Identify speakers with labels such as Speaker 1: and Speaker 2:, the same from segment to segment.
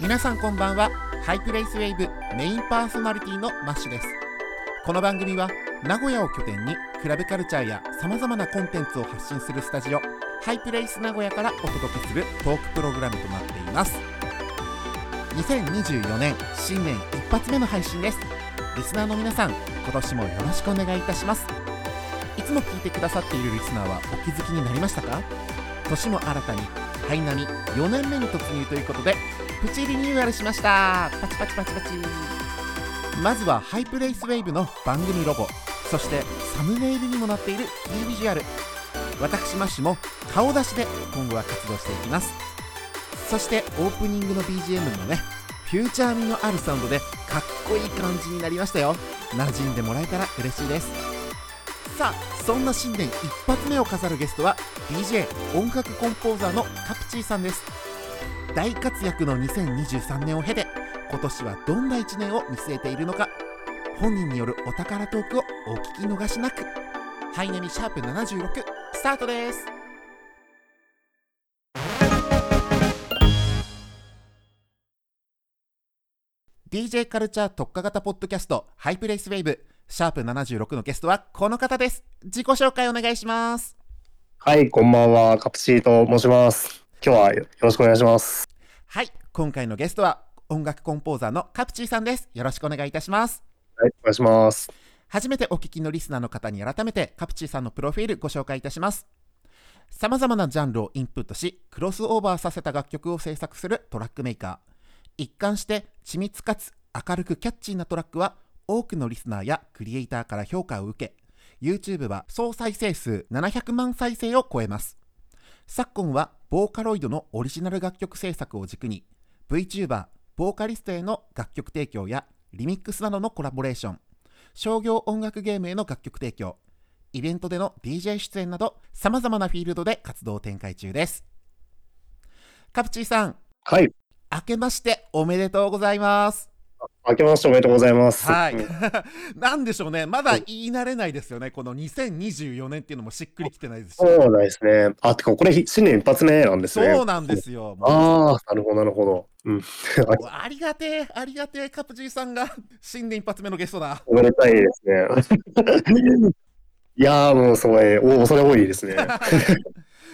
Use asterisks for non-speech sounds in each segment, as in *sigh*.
Speaker 1: 皆さんこんばんはハイプレイスウェイブメインパーソナリティのマッシュですこの番組は名古屋を拠点にクラブカルチャーやさまざまなコンテンツを発信するスタジオハイプレイス名古屋からお届けするトークプログラムとなっています2024年新年一発目の配信ですリスナーの皆さん今年もよろしくお願いいたしますいつも聞いてくださっているリスナーはお気づきになりましたか年も新たにハイナミ4年目に突入ということでプチリニューアルしましたパチパチパチパチまずはハイプレイスウェイブの番組ロゴそしてサムネイルにもなっているキービジュアル私マッシュも顔出しで今後は活動していきますそしてオープニングの BGM もねフューチャー味のあるサウンドでかっこいい感じになりましたよ馴染んでもらえたら嬉しいですさあそんな新年一発目を飾るゲストは DJ 音楽コンポーザーのカプチーさんです大活躍の2023年を経て今年はどんな1年を見据えているのか本人によるお宝トークをお聞き逃しなくハイネミシャープ76スタートですDJ カルチャー特化型ポッドキャストハイプレイスウェイブシャープ76のゲストはこの方です自己紹介お願いします
Speaker 2: はい、こんばんは。カプチーと申します。今日はよろしくお願いします。
Speaker 1: はい今回のゲストは音楽コンポーザーのカプチーさんですよろしくお願いいたします
Speaker 2: はい、お願いします。
Speaker 1: 初めてお聞きのリスナーの方に改めてカプチーさんのプロフィールご紹介いたしますさまざまなジャンルをインプットしクロスオーバーさせた楽曲を制作するトラックメーカー一貫して緻密かつ明るくキャッチーなトラックは多くのリスナーやクリエイターから評価を受け YouTube は総再生数700万再生を超えます昨今はボーカロイドのオリジナル楽曲制作を軸に VTuber ボーカリストへの楽曲提供やリミックスなどのコラボレーション商業音楽ゲームへの楽曲提供イベントでの DJ 出演などさまざまなフィールドで活動を展開中ですカプチーさん
Speaker 2: はい、
Speaker 1: 明けましておめでとうございます
Speaker 2: 明けましておめでとうございます。
Speaker 1: は
Speaker 2: うん
Speaker 1: い *laughs* なんでしょうねまだ言い慣れないですよねこの2024年っていうのもしっくりきてないですし
Speaker 2: そうなんですね。あ、てか、これひ新年一発目なんですね。
Speaker 1: そうなんですよもう
Speaker 2: ああ、なるほど、なるほど。うん。
Speaker 1: ありがてえありがてえカプチーさんが新年一発目のゲスト
Speaker 2: *laughs*
Speaker 1: だ
Speaker 2: おめでたいですね。 *laughs* いやー、もうすごい、お、恐れ多い *laughs* ですね。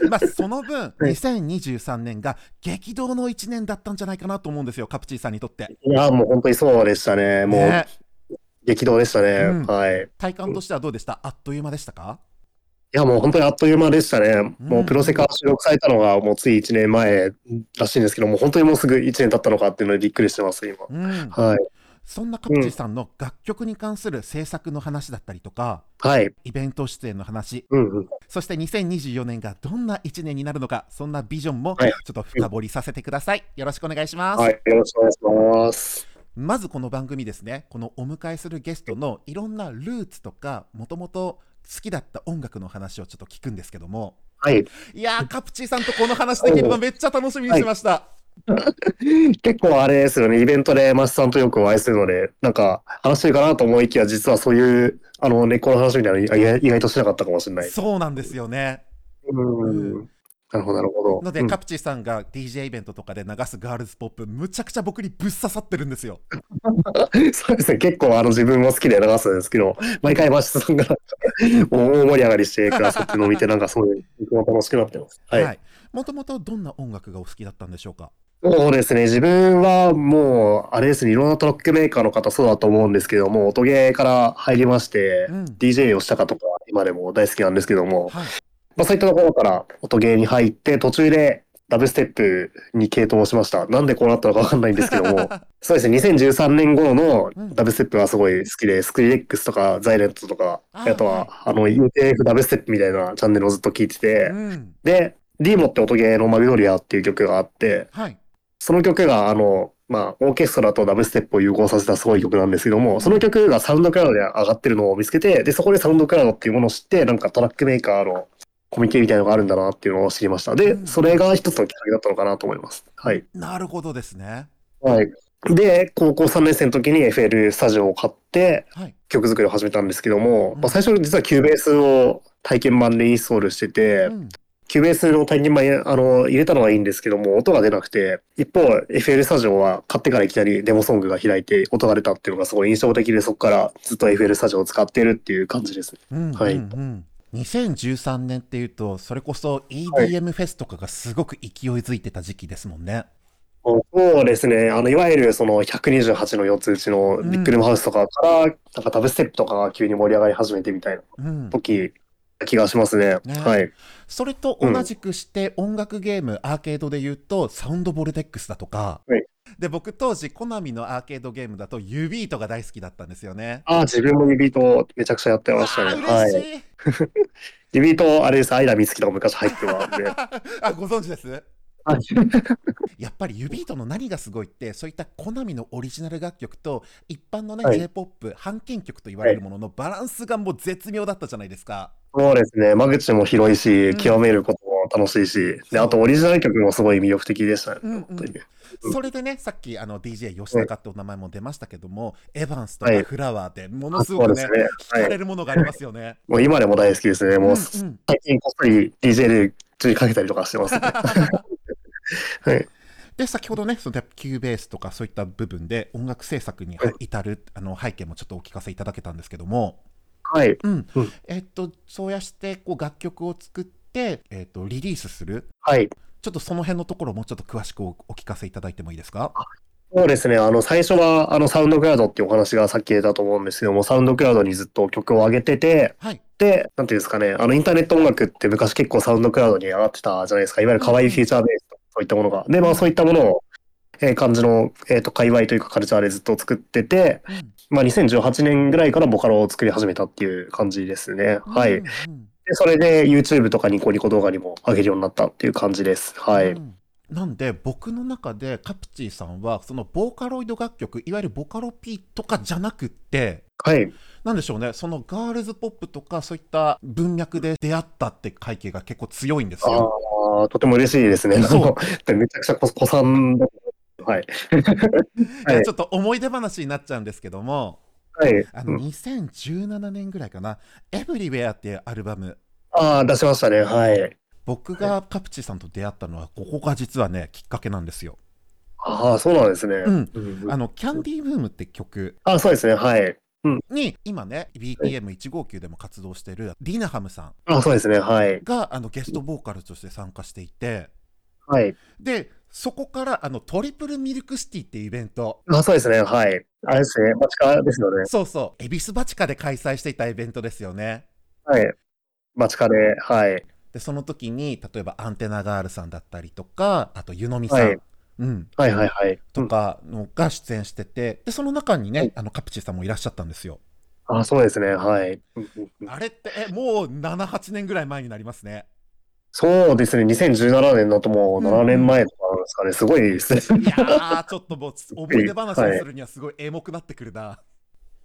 Speaker 1: まあその分2023年が激動の1年だったんじゃないかなと思うんですよカプチーさんにとって
Speaker 2: いやー、もう本当にそうでしたね。もう
Speaker 1: ね、
Speaker 2: 激動でしたね。
Speaker 1: うん
Speaker 2: はい。い
Speaker 1: 体感としてはどうでしたあっという間でしたか
Speaker 2: や、もう本当にあっという間でしたね。もうプロセカ収録されたのが、もうつい1年前らしいんですけど、もう本当にもうすぐ1年経ったのかっていうのでびっくりしてます、今。
Speaker 1: うん
Speaker 2: はい。
Speaker 1: そんなカプチーさんの楽曲に関する制作の話だったりとか
Speaker 2: はい。
Speaker 1: イベント出演の話
Speaker 2: うんうん。
Speaker 1: そして2024年がどんな1年になるのかそんなビジョンもち
Speaker 2: は
Speaker 1: ょ
Speaker 2: い
Speaker 1: っと深掘りさせてくださいよろしくお願いします、
Speaker 2: はい。よろしくお願いします。
Speaker 1: まずこの番組ですねこのお迎えするゲストのいろんなルーツとかもともと好きだった音楽の話をちょっと聞くんですけども
Speaker 2: はい。 *laughs*
Speaker 1: いやーカプチーさんとこの話できるのめっちゃ楽しみにしてました、
Speaker 2: 結構あれですよね。イベントでマシさんとよくお会いするので、なんか話してるかなと思いきや、実はそういう、あの、根っこの話みたいなの意外意外としなかったかもしれない。
Speaker 1: そうなんですよね
Speaker 2: うん。なるほど、なるほど。
Speaker 1: の
Speaker 2: う
Speaker 1: で
Speaker 2: ん
Speaker 1: カプチーさんが DJ イベントとかで流すガールズポップむちゃくちゃ僕にぶっ刺さってるんですよ
Speaker 2: *laughs* そうですね。結構あの自分も好きで流すんですけど、毎回マシさんがも *laughs* う大盛り上がりしてくださってるのを見て、なんかすごい、僕も楽しくなってます。はい。
Speaker 1: もともとどんな音楽がお好きだったんでしょうか
Speaker 2: そうですね。自分はもう、あれですね、いろんなトラックメーカーの方そうだと思うんですけども、音ゲーから入りまして
Speaker 1: う、ん
Speaker 2: DJ をしたかとか、今でも大好きなんですけども、
Speaker 1: はい
Speaker 2: まあ、そういったところから音ゲーに入って、途中でダブステップに系統しました。なんでこうなったのかわかんないんですけど
Speaker 1: *laughs*
Speaker 2: も、そうですね、2013年頃の
Speaker 1: うん
Speaker 2: ダブステップはすごい好きで、スクリレックスとかザイレントとか、
Speaker 1: あー
Speaker 2: あとは、あの、UTF ダブステップみたいなチャンネルをずっと聞いてて
Speaker 1: う、ん
Speaker 2: で、ディーモって音ゲーのマグノリアっていう曲があって、
Speaker 1: はい
Speaker 2: その曲が、あの、まあ、オーケストラとダブステップを融合させたすごい曲なんですけども、その曲がサウンドクラウドで上がってるのを見つけて、で、そこでサウンドクラウドっていうものを知って、なんかトラックメーカーのコミュニティみたいなのがあるんだなっていうのを知りました。で
Speaker 1: う、ん
Speaker 2: それが一つのきっかけだったのかなと思います。はい。
Speaker 1: なるほどですね
Speaker 2: はい。で、高校3年生の時に FL スタジオを買って、
Speaker 1: はい
Speaker 2: 曲作りを始めたんですけども、
Speaker 1: うん
Speaker 2: まあ、最初実はキューベースを体験版でインストールしてて、
Speaker 1: うん
Speaker 2: Cubase の単元版あの入れたのはいいんですけども、音が出なくて、一方、FL スタジオは買ってからいきなりデモソングが開いて音が出たっていうのがすごい印象的で、そこからずっと FL スタジオを使ってるっていう感じです。
Speaker 1: うんうん
Speaker 2: はい
Speaker 1: うん2013年っていうとそれこそ EDM フェスとかがすごく勢いづいてた時期ですもんね。
Speaker 2: そうですね。あの、いわゆるその128の4つ打ちのビッグルームハウスとかから、なんかダブステップとかが急に盛り上がり始めてみたいな
Speaker 1: うん、
Speaker 2: 時、気がしますね。
Speaker 1: ね
Speaker 2: はい。
Speaker 1: それと同じくして音楽ゲーム、アーケードで言うとサウンドボルテックスだとか、
Speaker 2: はい
Speaker 1: で僕当時コナミのアーケードゲームだとユビートが大好きだったんですよね。
Speaker 2: ああ、自分もリビートめちゃくちゃやってましたね。
Speaker 1: わあ
Speaker 2: は
Speaker 1: 嬉
Speaker 2: い。
Speaker 1: しい、
Speaker 2: リビート、あれです。アイラミツキとか昔入ってたんで。
Speaker 1: *laughs* あご存知です
Speaker 2: はい
Speaker 1: やっぱりユビートの何がすごいってそういったコナミのオリジナル楽曲と一般のね、
Speaker 2: はい
Speaker 1: J−POP 版権曲と言われるもののバランスがもう絶妙だったじゃないですか。
Speaker 2: そうですね。間口も広い
Speaker 1: うん
Speaker 2: し、極めることも楽しいし、
Speaker 1: そう
Speaker 2: で、あとオリジナル曲もすごい魅力的でしたね。
Speaker 1: うんうん
Speaker 2: 本当に。
Speaker 1: それでね、さっきあの DJ 吉高ってお名前も出ましたけども、エヴァンスとかフラワーってものす
Speaker 2: そ
Speaker 1: ご
Speaker 2: う
Speaker 1: く
Speaker 2: で
Speaker 1: ね、
Speaker 2: すね。
Speaker 1: 惹か
Speaker 2: は
Speaker 1: れ
Speaker 2: い。
Speaker 1: るものがありますよね。
Speaker 2: もう今でも大好きですね。
Speaker 1: うんう
Speaker 2: もう、
Speaker 1: ん
Speaker 2: 最近こっそり DJ で注意かけたりとかし
Speaker 1: *laughs*
Speaker 2: てますね。はい。
Speaker 1: で先ほどね、そのキューベースとかそういった部分で音楽制作に
Speaker 2: はい
Speaker 1: 至るあの背景もちょっとお聞かせいただけたんですけども、
Speaker 2: はい。
Speaker 1: うん
Speaker 2: うん
Speaker 1: えっとそうやしてこう楽曲を作って、えっとリリースする、
Speaker 2: はい。
Speaker 1: ちょっとその辺のところをもうちょっと詳しくおお聞かせいただいてもいいですか。
Speaker 2: そうですね。あの、最初は、あの、サウンドクラウドっていうお話がさっき出たと思うんですけども、サウンドクラウドにずっと曲を上げてて、
Speaker 1: はい、
Speaker 2: で、なんていうんですかね、あの、インターネット音楽って昔結構サウンドクラウドに上がってたじゃないですか。いわゆる可愛いフィーチャーベースとか、そういったものが。で、まあ、そういったものを、えー感じの、えっ、と、界隈というかカルチャーでずっと作ってて、まあ、2018年ぐらいからボカロを作り始めたっていう感じですね。は
Speaker 1: う
Speaker 2: い
Speaker 1: ん。うん
Speaker 2: で、それで YouTube とかニコニコ動画にも上げるようになったっていう感じです。は
Speaker 1: う
Speaker 2: い。
Speaker 1: んなんで僕の中でカプチーさんはそのボーカロイド楽曲いわゆるボカロ P とかじゃなくって
Speaker 2: はい。
Speaker 1: なんでしょうねそのガールズポップとかそういった文脈で出会ったって背景が結構強いんですよ。
Speaker 2: ああ、とても嬉しいですね。
Speaker 1: そう
Speaker 2: あの *laughs* でめちゃくちゃこ子さんだ。はい。
Speaker 1: い
Speaker 2: は
Speaker 1: や
Speaker 2: い
Speaker 1: ちょっと思い出話になっちゃうんですけども
Speaker 2: はい。
Speaker 1: あの2017年ぐらいかな「エブリウェア」っていうアルバム
Speaker 2: ああ、出しましたね。はい。
Speaker 1: 僕がカプチーさんと出会ったのはここが実はねきっかけなんですよ。
Speaker 2: ああ、そうなんですね。
Speaker 1: うん、
Speaker 2: うん
Speaker 1: あのキャンディーブームって曲
Speaker 2: あ、そうですね。はい。
Speaker 1: に今ね BPM159 でも活動してるリナハムさん
Speaker 2: あ、そうですね。はい。
Speaker 1: があのゲストボーカルとして参加していて
Speaker 2: はい。
Speaker 1: でそこからあのトリプルミルクシティっていうイベント
Speaker 2: あ、そうですね。はい。あれですね。バチカですよね。
Speaker 1: そうそう恵比寿バチカで開催していたイベントですよね
Speaker 2: はい。バチカで、はい。
Speaker 1: でその時に例えばアンテナガールさんだったりとかあと湯飲みさん、
Speaker 2: はい
Speaker 1: うん、
Speaker 2: はいはいはい。
Speaker 1: とかのが出演しててでその中にね、
Speaker 2: はい
Speaker 1: あのカプチーさんもいらっしゃったんですよ
Speaker 2: うんあ、そうですね。はい。うんうんうん
Speaker 1: あれってえもう78年ぐらい前になります
Speaker 2: *laughs*
Speaker 1: ね
Speaker 2: そうですね。2017年だともう7年前とかなんですかね。すごいですね。
Speaker 1: い
Speaker 2: *laughs*
Speaker 1: やーちょっともう思い出話をするにはすごいエモくなってくるな、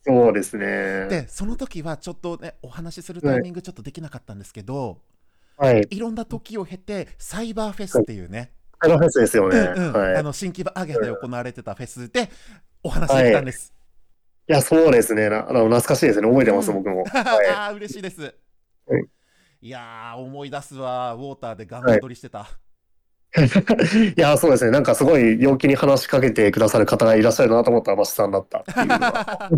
Speaker 2: そうですね。
Speaker 1: でその時はちょっとねお話しするタイミングちょっとできなかったんですけど、
Speaker 2: はい。
Speaker 1: いろんな時を経て、サイバーフェスっていうね、
Speaker 2: あのフェスですよね。
Speaker 1: うんうん
Speaker 2: はい
Speaker 1: あ。の新規場アゲハで行われてたフェスでお話しできたんです。
Speaker 2: いや、そうですね。なあの懐かしいですね。覚えてます、
Speaker 1: うん
Speaker 2: 僕も。 *laughs*
Speaker 1: *laughs* ああ、嬉しいです。、
Speaker 2: はい
Speaker 1: やー、思い出すわ、ウォーターでガンガン取りしてた。
Speaker 2: いや、そうですね。なんかすごい陽気に話しかけてくださる方がいらっしゃるなと思ったら、シさんだったっていう
Speaker 1: *laughs*
Speaker 2: のが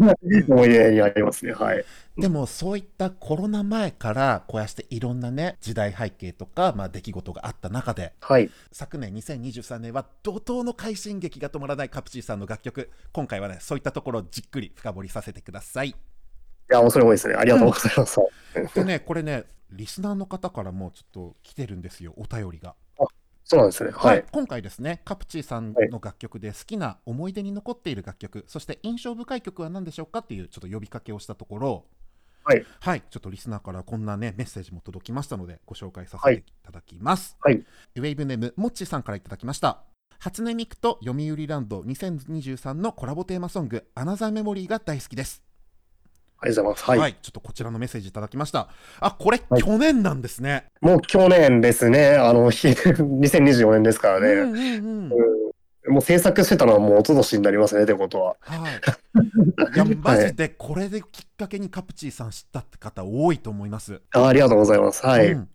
Speaker 2: 思い出にありますね。はい。
Speaker 1: でも、そういったコロナ前から、こうやっていろんなね、時代背景とか、まあ、出来事があった中で、
Speaker 2: はい。
Speaker 1: 昨年2023年は怒涛の快進撃が止まらないカプチーさんの楽曲、今回はね、そういったところをじっくり深掘りさせてください。
Speaker 2: いや、面白いですね。ありがとうございます。
Speaker 1: でね、これね、リスナーの方からもちょっと来てるんですよ、お便りが。
Speaker 2: そうなんですね。はい。
Speaker 1: 今回ですね、カプチーさんの楽曲で好きな思い出に残っている楽曲、そして印象深い曲は何でしょうかっていうちょっと呼びかけをしたところ、
Speaker 2: はい、
Speaker 1: ちょっとリスナーからこんなね、メッセージも届きましたので、ご紹介させていただきます。
Speaker 2: はいはい
Speaker 1: ウェイブネーム、もっちさんからいただきました。初音ミクと読売ランド2023のコラボテーマソング、アナザーメモリーが大好きです。
Speaker 2: ありがとうございます。
Speaker 1: は、
Speaker 2: はいい。
Speaker 1: ちょっとこちらのメッセージいただきました。あ、これ、
Speaker 2: はい
Speaker 1: 去年なんですね。
Speaker 2: もう去年ですね。あの、 *laughs* ひ2024年ですから
Speaker 1: う
Speaker 2: ね。
Speaker 1: んうんうん
Speaker 2: うんもう制作してたのはもう一昨年になりますね、ってことは。 *laughs*
Speaker 1: はい、いやマジでこれできっかけにカプチーさん知ったって方多いと思います。
Speaker 2: あありがとうございます。はい。
Speaker 1: うん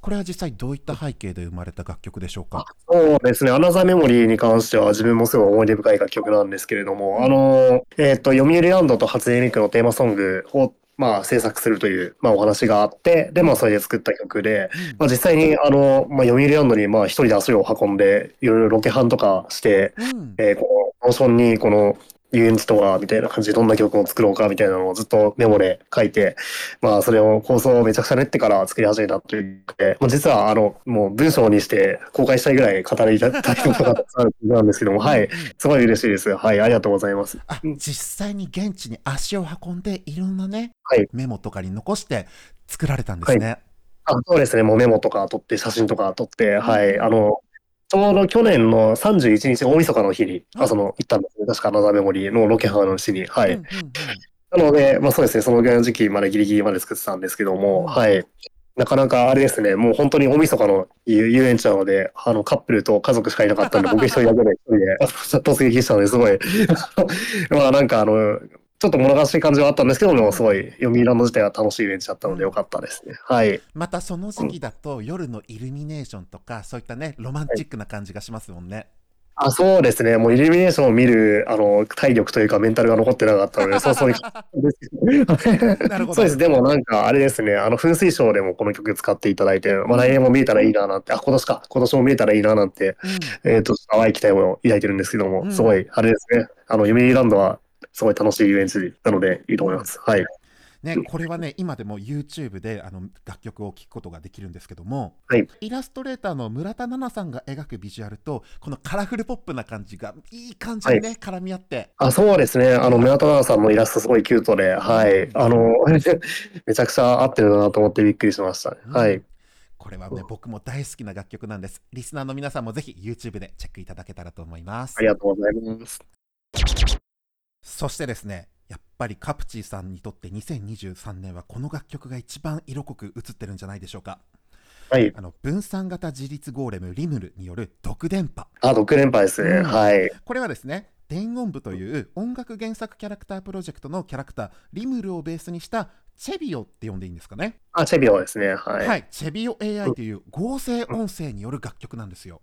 Speaker 1: これは実際どういった背景で生まれた楽曲でしょうか
Speaker 2: そうですね。アナザーメモリーに関しては自分もすごい思い出深い楽曲なんですけれども、あの、えっ、と、読売ランドと初音ミクのテーマソングを、まあ、制作するという、まあ、お話があって、で、まあ、それで作った曲で、まあ、実際に、あの、まあ、読売ランドに、まあ、一人で足を運んで、いろいろロケハンとかして、
Speaker 1: うん、
Speaker 2: えーこの、ノーションに、この、遊園地とは、みたいな感じで、どんな曲を作ろうか、みたいなのをずっとメモで書いて、まあ、それを構想をめちゃくちゃ練ってから作り始めたということで、もう実は、あの、もう文章にして公開したいぐらい語りたいことがたくさんある曲なんです
Speaker 1: *laughs*
Speaker 2: けども、は
Speaker 1: うん
Speaker 2: い。すごい嬉しいです。はい、ありがとうございます。
Speaker 1: あ実際に現地に足を運んでいろんなね、
Speaker 2: はい
Speaker 1: メモとかに残して作られたんですね。
Speaker 2: あそうですね、もうメモとか撮って、写真とか撮って、はい、あの、ちょうど去年の31日大晦日の日に、
Speaker 1: はい
Speaker 2: あその、行ったんですね。確か、アナザーメモリーのロケハンの日に、はい。
Speaker 1: うんうんうん
Speaker 2: なので、まあそうですね、そのぐらいの時期までギリギリまで作ってたんですけども、はい。なかなかあれですね、もう本当に大晦日の遊遊園地なので、あのカップルと家族しかいなかったんで、僕一人だけで、一人で *laughs* あの突撃したのですごい、まあなんかあの、ちょっと物悲しい感じはあったんですけども、すごい、読売ランド自体は楽しいイベントだったのでよかったですね。はい。
Speaker 1: またその時期だと夜のイルミネーションとかそういったねロマンチックな感じがしますもんね。
Speaker 2: あ、そうですね、もうイルミネーションを見る、あの、体力というかメンタルが残ってなかったの
Speaker 1: *laughs*
Speaker 2: で、早々に
Speaker 1: なるほど
Speaker 2: そうです。でもなんか、あれですね。あの、噴水ショーでもこの曲使っていただいて、まあ来年も見えたらいいななんて、あ、今年か。今年も見えたらいいななんて、
Speaker 1: うん
Speaker 2: えっ、と、淡い期待を抱いてるんですけども、
Speaker 1: うん
Speaker 2: すごい、あれですね。あの、夢ランドは、すごい楽しい遊園地なので、いいと思います。はい。
Speaker 1: ね、これはね、今でも YouTube であの楽曲を聴くことができるんですけども、
Speaker 2: はい
Speaker 1: イラストレーターの村田奈々さんが描くビジュアルと、このカラフルポップな感じがいい感じにね、絡み合って、
Speaker 2: あ、そうですね。あの、村田奈々さんのイラストすごいキュートで、はい。あの、 *laughs* めちゃくちゃ合ってるなと思ってびっくりしました。は
Speaker 1: う
Speaker 2: い
Speaker 1: ん。これはね、僕も大好きな楽曲なんです。リスナーの皆さんもぜひ YouTube でチェックいただけたらと思います
Speaker 2: あ。りがとうございます。
Speaker 1: そしてですね、やっぱりカプチーさんにとって2023年はこの楽曲が一番色濃く映ってるんじゃないでしょうか。
Speaker 2: はい。
Speaker 1: あの分散型自立ゴーレムリムルによる独電波。
Speaker 2: あ、6連覇ですね。
Speaker 1: うん
Speaker 2: はい。
Speaker 1: これはですね伝言部という音楽原作キャラクタープロジェクトのキャラクターリムルをベースにしたチェビオって呼んでいいんですかね
Speaker 2: あ、チェビオですね。
Speaker 1: は、
Speaker 2: はいい。
Speaker 1: チェビオ AI という合成音声による楽曲なんですよ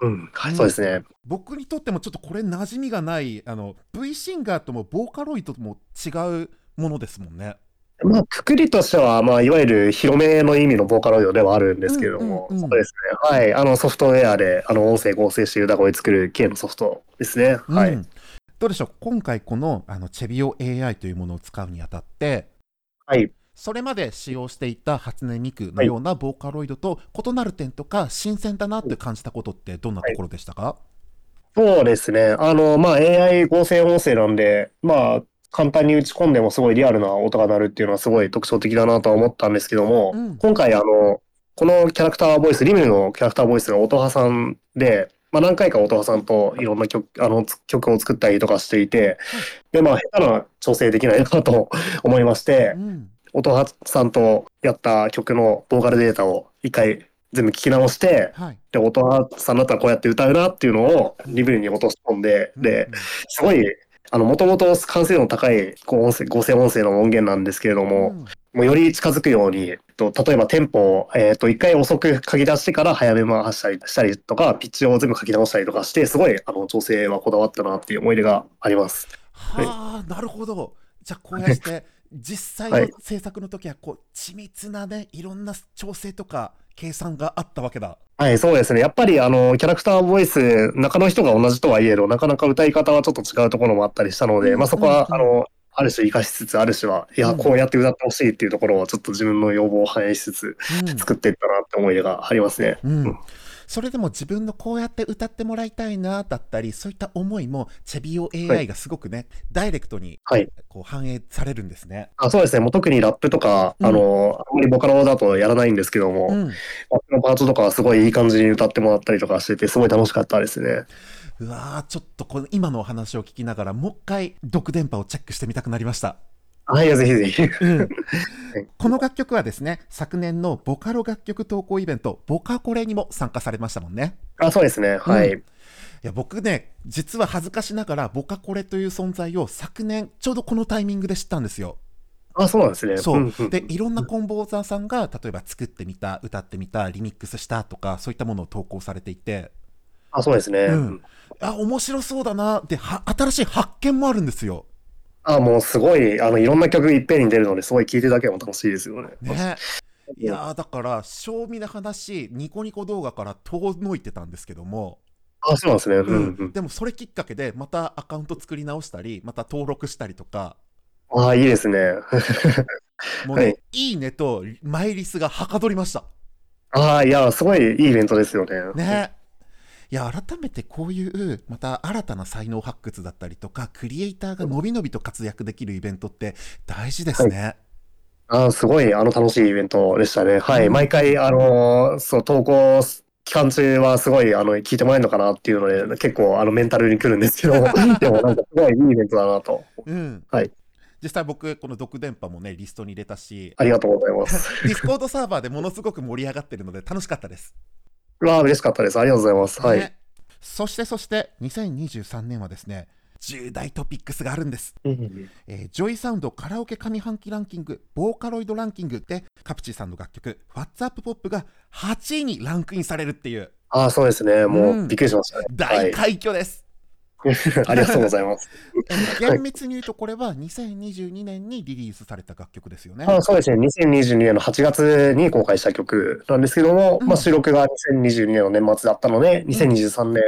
Speaker 2: うん。はい、そうですね。
Speaker 1: 僕にとってもちょっとこれ馴染みがないあの V シンガーともボーカロイドとも違うものですもんね
Speaker 2: まあ、くくりとしては、まあ、いわゆる広めの意味のボーカロイドではあるんですけれども、
Speaker 1: うんうんうん
Speaker 2: そうですね。はい。あの、ソフトウェアで、あの、音声合成して歌声作る系のソフトですね。は
Speaker 1: う
Speaker 2: い。
Speaker 1: んどうでしょう今回このあのチェビオ AI というものを使うにあたって
Speaker 2: はい。
Speaker 1: それまで使用していた初音ミクのようなボーカロイドと異なる点とか新鮮だなって感じたことってどんなところでしたか、
Speaker 2: そうですね。あの、まあ、AI 合成音声なんで、まあ、簡単に打ち込んでもすごいリアルな音が鳴るっていうのはすごい特徴的だなとは思ったんですけども、
Speaker 1: うん
Speaker 2: 今回、あの、このキャラクターボイス、リムルのキャラクターボイスが音羽さんで、まあ、何回か音羽さんといろんな曲あのつ曲を作ったりとかしていて、で、まあ、下手な調整できないなと思いまして
Speaker 1: う、ん
Speaker 2: 音羽さんとやった曲のボーカルデータを一回全部聞き直して、
Speaker 1: はい、
Speaker 2: で、音羽さんだったらこうやって歌うなっていうのをリムルに落とし込んで、で、すごい、あの、もともと完成度の高いこう音声合成音声の音源なんですけれど
Speaker 1: うん、
Speaker 2: も、
Speaker 1: うん
Speaker 2: もうより近づくように、えっと例えばテンポを、えっと一回遅く書き出してから早め回したりしたりとか、ピッチを全部書き直したりとかして、すごいあの調整はこだわったなっていう思い出があります。
Speaker 1: はあなるほどじゃあこうやって実際
Speaker 2: は
Speaker 1: の
Speaker 2: い
Speaker 1: 制作の時はこう緻密なねいろんな調整とか計算があったわけだ
Speaker 2: はい、そうですね。やっぱりあの、キャラクターボイス、中の人が同じとはいえど、なかなか歌い方はちょっと違うところもあったりしたの
Speaker 1: う
Speaker 2: で、
Speaker 1: ん
Speaker 2: まあそこは、
Speaker 1: うん
Speaker 2: あの、ある種活かしつつ、ある種は、いや、
Speaker 1: うん
Speaker 2: こうやって歌ってほしいっていうところを、ちょっと自分の要望を反映しつつ、作っていったなって思い出がありますね。
Speaker 1: うん、うんそれでも自分のこうやって歌ってもらいたいなだったりそういった思いもチェビオ
Speaker 2: は
Speaker 1: AI
Speaker 2: い
Speaker 1: がすごくね、ダイレクトに
Speaker 2: はい。
Speaker 1: こう反映されるんですね。
Speaker 2: あ、そうですね。もう特にラップとか、
Speaker 1: うん
Speaker 2: あの、あんまりボカロだとやらないんですけども、
Speaker 1: うん
Speaker 2: ラップのパートとかはすごいいい感じに歌ってもらったりとかしてて、すごい楽しかったですね。
Speaker 1: うわーちょっとこの今のお話を聞きながらもう一回毒電波をチェックしてみたくなりました、
Speaker 2: はい、ぜひぜひ。
Speaker 1: *laughs* この楽曲はですね昨年のボカロ楽曲投稿イベントボカコレにも参加されましたもんね
Speaker 2: あ、そうですね。はい。
Speaker 1: いや僕ね実は恥ずかしながらボカコレという存在を昨年ちょうどこのタイミングで知ったんですよ
Speaker 2: あ、そうなんですね。
Speaker 1: そうん
Speaker 2: ん
Speaker 1: でいろんなコンボーザーさんが例えば作ってみた歌ってみたリミックスしたとかそういったものを投稿されていて
Speaker 2: あ、そうですね。
Speaker 1: うんあ面白そうだなでは新しい発見もあるんですよ。
Speaker 2: あ、もうすごい、あの、いろんな曲いっぺんに出るので、すごい聴いてるだけでも楽しいですよね。
Speaker 1: ね、いやーだから正味な話ニコニコ動画から遠のいてたんですけども、
Speaker 2: あ、そうなんですね。うん、うん。
Speaker 1: でもそれきっかけでまたアカウント作り直したりまた登録したりとか
Speaker 2: あ、いいですね。 *laughs*
Speaker 1: もうね、、
Speaker 2: はい
Speaker 1: いねとマイリスがはかどりました。
Speaker 2: あ、いや、すごいいいイベントですよね。
Speaker 1: ね。いや改めてこういうまた新たな才能発掘だったりとかクリエイターがのびのびと活躍できるイベントって大事ですね。
Speaker 2: あすごい、あの、楽しいイベントでしたね。はい。毎回、あの、そう、投稿期間中はすごい、あの、聞いてもらえるのかなっていうので、結構、あの、メンタルに来るんです
Speaker 1: *laughs*
Speaker 2: けど、でも、なんか、すごいいいイベントだなと。
Speaker 1: うん
Speaker 2: はい
Speaker 1: 実際僕この「毒電波」もねリストに入れたし
Speaker 2: ありがとうございます。
Speaker 1: *laughs* ディスコードサーバーでものすごく盛り上がってるので楽しかったです。
Speaker 2: うわあ、嬉しかったです。ありがとうございます。はい。
Speaker 1: ねそしてそして2023年はですね重大トピックスがあるんです、
Speaker 2: うん
Speaker 1: えージョイサウンドカラオケ上半期ランキングボーカロイドランキングでカプチーさんの楽曲「WhatsApp ポップ」が8位にランクインされるっていう
Speaker 2: ああ、そうですね。も
Speaker 1: うん
Speaker 2: う、びっくりしましたね。は
Speaker 1: 大
Speaker 2: い。
Speaker 1: 快挙です、
Speaker 2: *laughs* ありがとうございます。
Speaker 1: えー厳密に言うとこれは2022年にリリースされた楽曲ですよね
Speaker 2: あそうですね、2022年の8月に公開した曲なんですけども、
Speaker 1: うん
Speaker 2: まあ、収録が2022年の年末だったので、2023年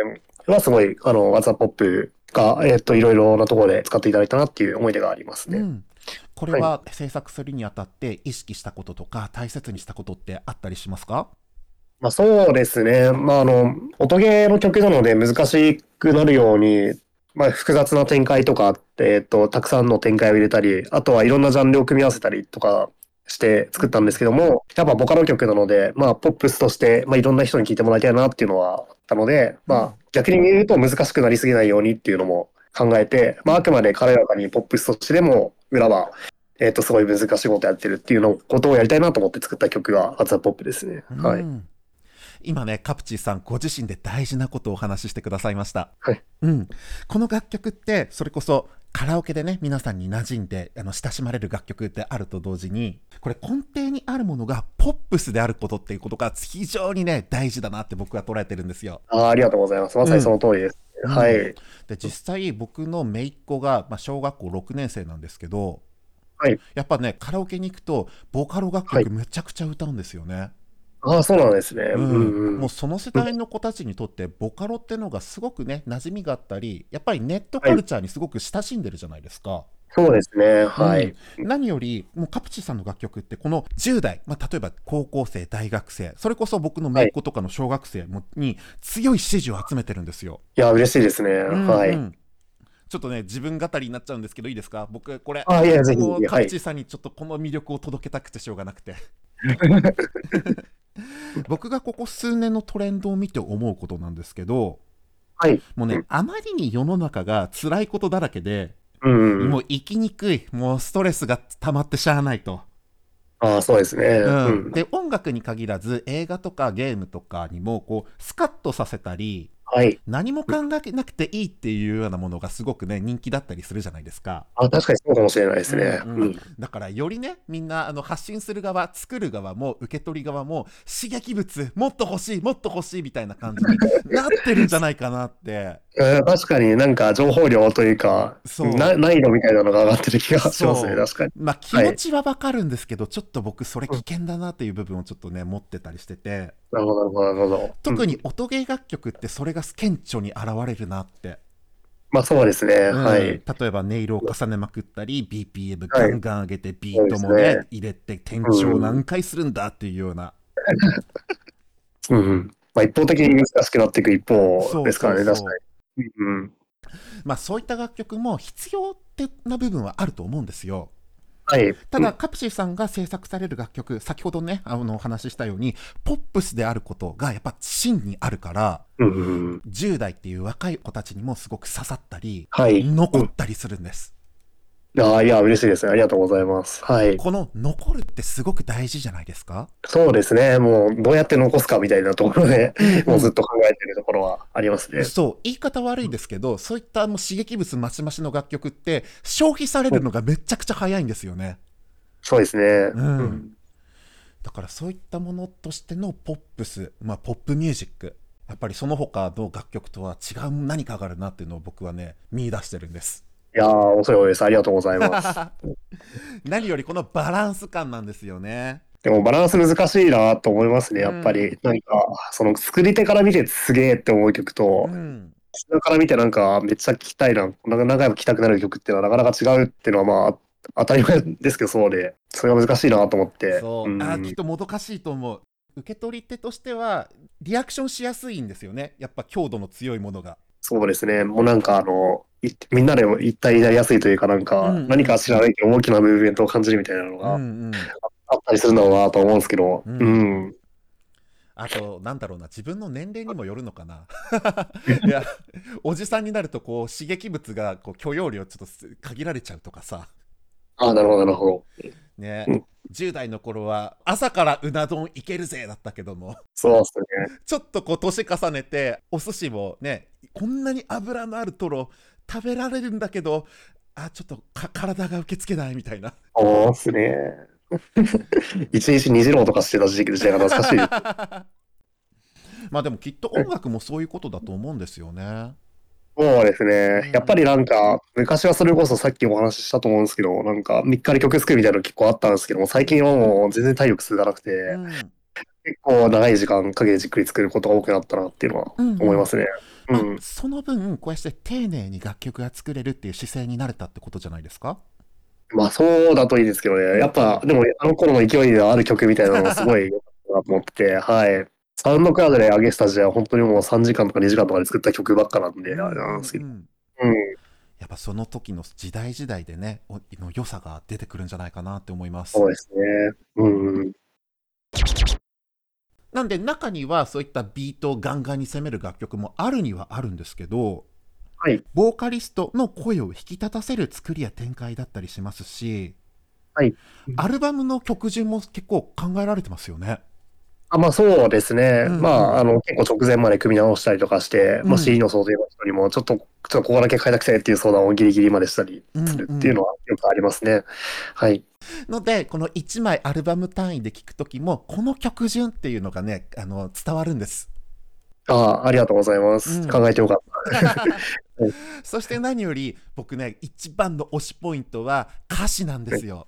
Speaker 2: はすごい、あの、ワザポップが、えっ、と、いろいろなところで使っていただいたなっていう思い出があります
Speaker 1: う
Speaker 2: ね。
Speaker 1: ん、これは制作するにあたって意識したこととか大切にしたことってあったりしますか
Speaker 2: まあ、そうですね、まあ、あの、音ゲーの曲なので難しくなるように、まあ、複雑な展開とか、えっ、と、たくさんの展開を入れたり、あとはいろんなジャンルを組み合わせたりとか、して作ったんですけども、やっぱボカロ曲なので、まあ、ポップスとして、まあ、いろんな人に聴いてもらいたいなっていうのはあったので、まあ、逆に言うと難しくなりすぎないようにっていうのも考えて、まあ、あくまで軽やかにポップスとしてでも、裏は、えっ、と、すごい難しいことやってるっていうのことをやりたいなと思って作った曲が、アツアポップですね。は
Speaker 1: う
Speaker 2: い。
Speaker 1: ん今ねカプチーさんご自身で大事なことをお話ししてくださいました、
Speaker 2: はい
Speaker 1: うん、この楽曲ってそれこそカラオケでね皆さんに馴染んであの親しまれる楽曲であると同時にこれ根底にあるものがポップスであることっていうことが非常にね大事だなって僕は捉えてるんですよ
Speaker 2: あーありがとうございます。まさにその通りです。
Speaker 1: うん
Speaker 2: はい。
Speaker 1: で実際僕の姪っ子が、まあ、小学校6年生なんですけど、
Speaker 2: はい
Speaker 1: やっぱねカラオケに行くとボカロ楽
Speaker 2: は
Speaker 1: 曲
Speaker 2: い
Speaker 1: めちゃくちゃ歌うんですよね、
Speaker 2: ああ、そうなんですね。う
Speaker 1: うん
Speaker 2: んうん
Speaker 1: もうその世代の子たちにとってボカロってのがすごくね馴染みがあったりやっぱりネットカルチャーにすごく親しんでるじゃないですか、
Speaker 2: そうですね。はい。
Speaker 1: うん何よりもうカプチさんの楽曲ってこの10代、まあ、例えば高校生大学生それこそ僕の姪っ子とかの小学生も、に強い支持を集めてるんですよ、
Speaker 2: いや、嬉しいですね。
Speaker 1: うん
Speaker 2: は
Speaker 1: う
Speaker 2: い。
Speaker 1: んちょっとね自分語りになっちゃうんですけどいいですか僕これ
Speaker 2: ああ、いや、ぜひ、
Speaker 1: もうカ
Speaker 2: は
Speaker 1: プ
Speaker 2: い
Speaker 1: チ。ーさんにちょっとこの魅力を届けたくてしょうがなく
Speaker 2: *laughs*
Speaker 1: て僕がここ数年のトレンドを見て思うことなんですけど
Speaker 2: はい。
Speaker 1: もうね、あまりに世の中が辛いことだらけで、
Speaker 2: うんうんう
Speaker 1: も
Speaker 2: ん。
Speaker 1: う生きにくいもうストレスが溜まってしゃあないと、
Speaker 2: ああ、そうですね。う
Speaker 1: うん
Speaker 2: ん。
Speaker 1: で音楽に限らず映画とかゲームとかにもこうスカッとさせたり
Speaker 2: はい。
Speaker 1: 何も考えなくていいっていうようなものがすごくね人気だったりするじゃないですか。
Speaker 2: あ確かにそうかもしれないですね。
Speaker 1: うん
Speaker 2: う
Speaker 1: うん
Speaker 2: ん。
Speaker 1: だからよりねみんなあの発信する側作る側も受け取り側も刺激物もっと欲しいもっと欲しいみたいな感じになってるんじゃないかなって。
Speaker 2: えー確かになんか情報量というか、
Speaker 1: そう
Speaker 2: な難易度みたいなのが上がってる気がします
Speaker 1: そ
Speaker 2: ね。
Speaker 1: う
Speaker 2: 確かに。
Speaker 1: まあ気持ちはわかるんですけど、ちょっと僕それ危険だなっていう部分をちょっとね持ってたりしてて
Speaker 2: なるほど、なるほど、なるほど。
Speaker 1: 特
Speaker 2: うん。
Speaker 1: に音ゲー楽曲ってそれが顕著に現れるなって、
Speaker 2: まあ、そうですね。
Speaker 1: うん
Speaker 2: はい。
Speaker 1: 例えば音色を重ねまくったり BPM
Speaker 2: は
Speaker 1: ガ
Speaker 2: い
Speaker 1: ンガン上げてビートもね,、
Speaker 2: そうですね
Speaker 1: 入れて転調何回するんだっていうような、
Speaker 2: うんうん。まあ、一方的に難しくなっていく一
Speaker 1: そう
Speaker 2: 方ですからね。
Speaker 1: そう
Speaker 2: 確
Speaker 1: そう
Speaker 2: かに。うんうん。
Speaker 1: まあ、そういった楽曲も必要ってな部分はあると思うんですよ。
Speaker 2: はい。
Speaker 1: ただ、カプシーさんが制作される楽曲、先ほどね、あの、お話ししたように、ポップスであることがやっぱ真にあるから、
Speaker 2: うん、うんうん。
Speaker 1: 10代っていう若い子たちにもすごく刺さったり、
Speaker 2: はい。
Speaker 1: 残ったりするんです。
Speaker 2: ああ、いや、嬉しいですね。ありがとうございます。はい。
Speaker 1: この残るってすごく大事じゃないですか
Speaker 2: そうですね。もう、どうやって残すかみたいなところで、もうずっと考えてるところはありますね。
Speaker 1: そう、言い方悪いですけど、そういったもう刺激物ましましの楽曲って、消費されるのがめちゃくちゃ早いんですよね。
Speaker 2: そうですね。
Speaker 1: うん
Speaker 2: うん
Speaker 1: だからそういったものとしてのポップス、まあ、ポップミュージックやっぱりその他の楽曲とは違う何かがあるなっていうのを僕はね見出してるん *laughs* です
Speaker 2: いやー、恐れ多いです。ありがとうございます。
Speaker 1: *laughs* 何よりこのバランス感なんですよね
Speaker 2: でもバランス難しいなと思いますね、やっぱり。
Speaker 1: う
Speaker 2: なんか、その作り手から見てすげえって思う曲と
Speaker 1: う、ん
Speaker 2: 人から見てなんかめっちゃ聴きたいな、なんか何回も聴きたくなる曲っていうのはなかなか違うっていうのはまあ当たり前ですけど、そうで、それが難しいなと思って。
Speaker 1: そう、
Speaker 2: ん
Speaker 1: あーきっともどかしいと思う受け取り手としてはリアクションしやすいんですよねやっぱ強度の強いものが
Speaker 2: そうですね、もうなんかあの、いみんなでも一体になりやすいというか、なんか
Speaker 1: うん
Speaker 2: 何か知らないけど大きなムーブメントを感じるみたいなの
Speaker 1: うんう
Speaker 2: が
Speaker 1: ん
Speaker 2: あったりするんだろうなと思うんですけど、
Speaker 1: う
Speaker 2: うんん。
Speaker 1: あと、なんだろうな、自分の年齢にもよるのかな。 *laughs* いや、おじさんになると、こう、刺激物が、こう、許容量ちょっとす限られちゃうとかさ。
Speaker 2: ああ、なるほど、なるほど。
Speaker 1: ね
Speaker 2: うん。
Speaker 1: 10代の頃は、朝からうな丼いけるぜだったけども、
Speaker 2: そうですね。
Speaker 1: ちょっとこう、年重ねて、お寿司もね、こんなに脂のあるトロ、食べられるんだけど、あ、ちょっとか体が受け付けないみたいな。 *laughs*
Speaker 2: そうですね。 *laughs* 一日二次郎とかしてた時期時代が懐かしい。
Speaker 1: まあでも、きっと音楽もそういうことだと思うんですよね。
Speaker 2: そうです
Speaker 1: うん
Speaker 2: ね。やっぱりなんか、昔はそれこそさっきお話ししたと思うんですけど、なんか、3日で曲作るみたいなの結構あったんですけども、最近はもう全然体力続かなく
Speaker 1: う
Speaker 2: て、
Speaker 1: ん
Speaker 2: 結構長い時間かけてじっくり作ることが多くなったなっていうのは
Speaker 1: うん
Speaker 2: 思いますね。う
Speaker 1: あ
Speaker 2: ん。
Speaker 1: その分こうやって丁寧に楽曲が作れるっていう姿勢になれたってことじゃないですか
Speaker 2: まあそうだといいですけどね。やっぱ、でもあの頃の勢いである曲みたいなのがすごい良かったなと思ってて、はい。サウンドクラウドで上げてた時代は本当にもう3時間とか2時間とかで作った曲ばっかなんで、あれなんですけど。
Speaker 1: うんうん
Speaker 2: うん。
Speaker 1: やっぱその時の時代時代でねおの良さが出てくるんじゃないかなって思います
Speaker 2: そうですね。うん。
Speaker 1: なんで中にはそういったビートをガンガンに攻める楽曲もあるにはあるんですけど、
Speaker 2: はい
Speaker 1: ボーカリストの声を引き立たせる作りや展開だったりしますし、
Speaker 2: はい
Speaker 1: アルバムの曲順も結構考えられてますよね。
Speaker 2: あ、まあそうですね。
Speaker 1: うん
Speaker 2: まあ、あの、結構直前まで組み直したりとかして、
Speaker 1: う
Speaker 2: ま
Speaker 1: ん
Speaker 2: あ CD の相談の人にも、ちょっと、ちょっとここだけ変えたくてっていう相談をギリギリまでしたりするっていうのはよくありますね。はい。
Speaker 1: のでこの1枚アルバム単位で聴く時もこの曲順っていうのがねあの伝わるんです
Speaker 2: ああ、ありがとうございま
Speaker 1: うん
Speaker 2: す。考えてよかった。
Speaker 1: そして何より僕ね一番の推しポイントは歌詞なんですよ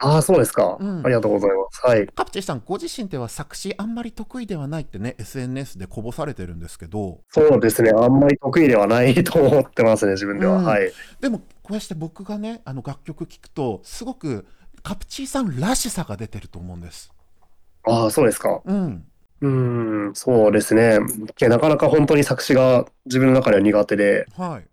Speaker 2: ああ、そうですか。
Speaker 1: うん
Speaker 2: ありがとうございます。はい。
Speaker 1: カプチェさんご自身では作詞あんまり得意ではないってね SNS でこぼされてるんですけど
Speaker 2: そうですね。あんまり得意ではないと思ってますね、自分では。
Speaker 1: うん
Speaker 2: はい。
Speaker 1: でもこうして僕がねあの楽曲聴くとすごくカプチーさんらしさが出てると思うんです
Speaker 2: ああ、そうですか。
Speaker 1: うん
Speaker 2: うーん、そうですね。いやなかなか本当に作詞が自分の中では苦手で、
Speaker 1: はい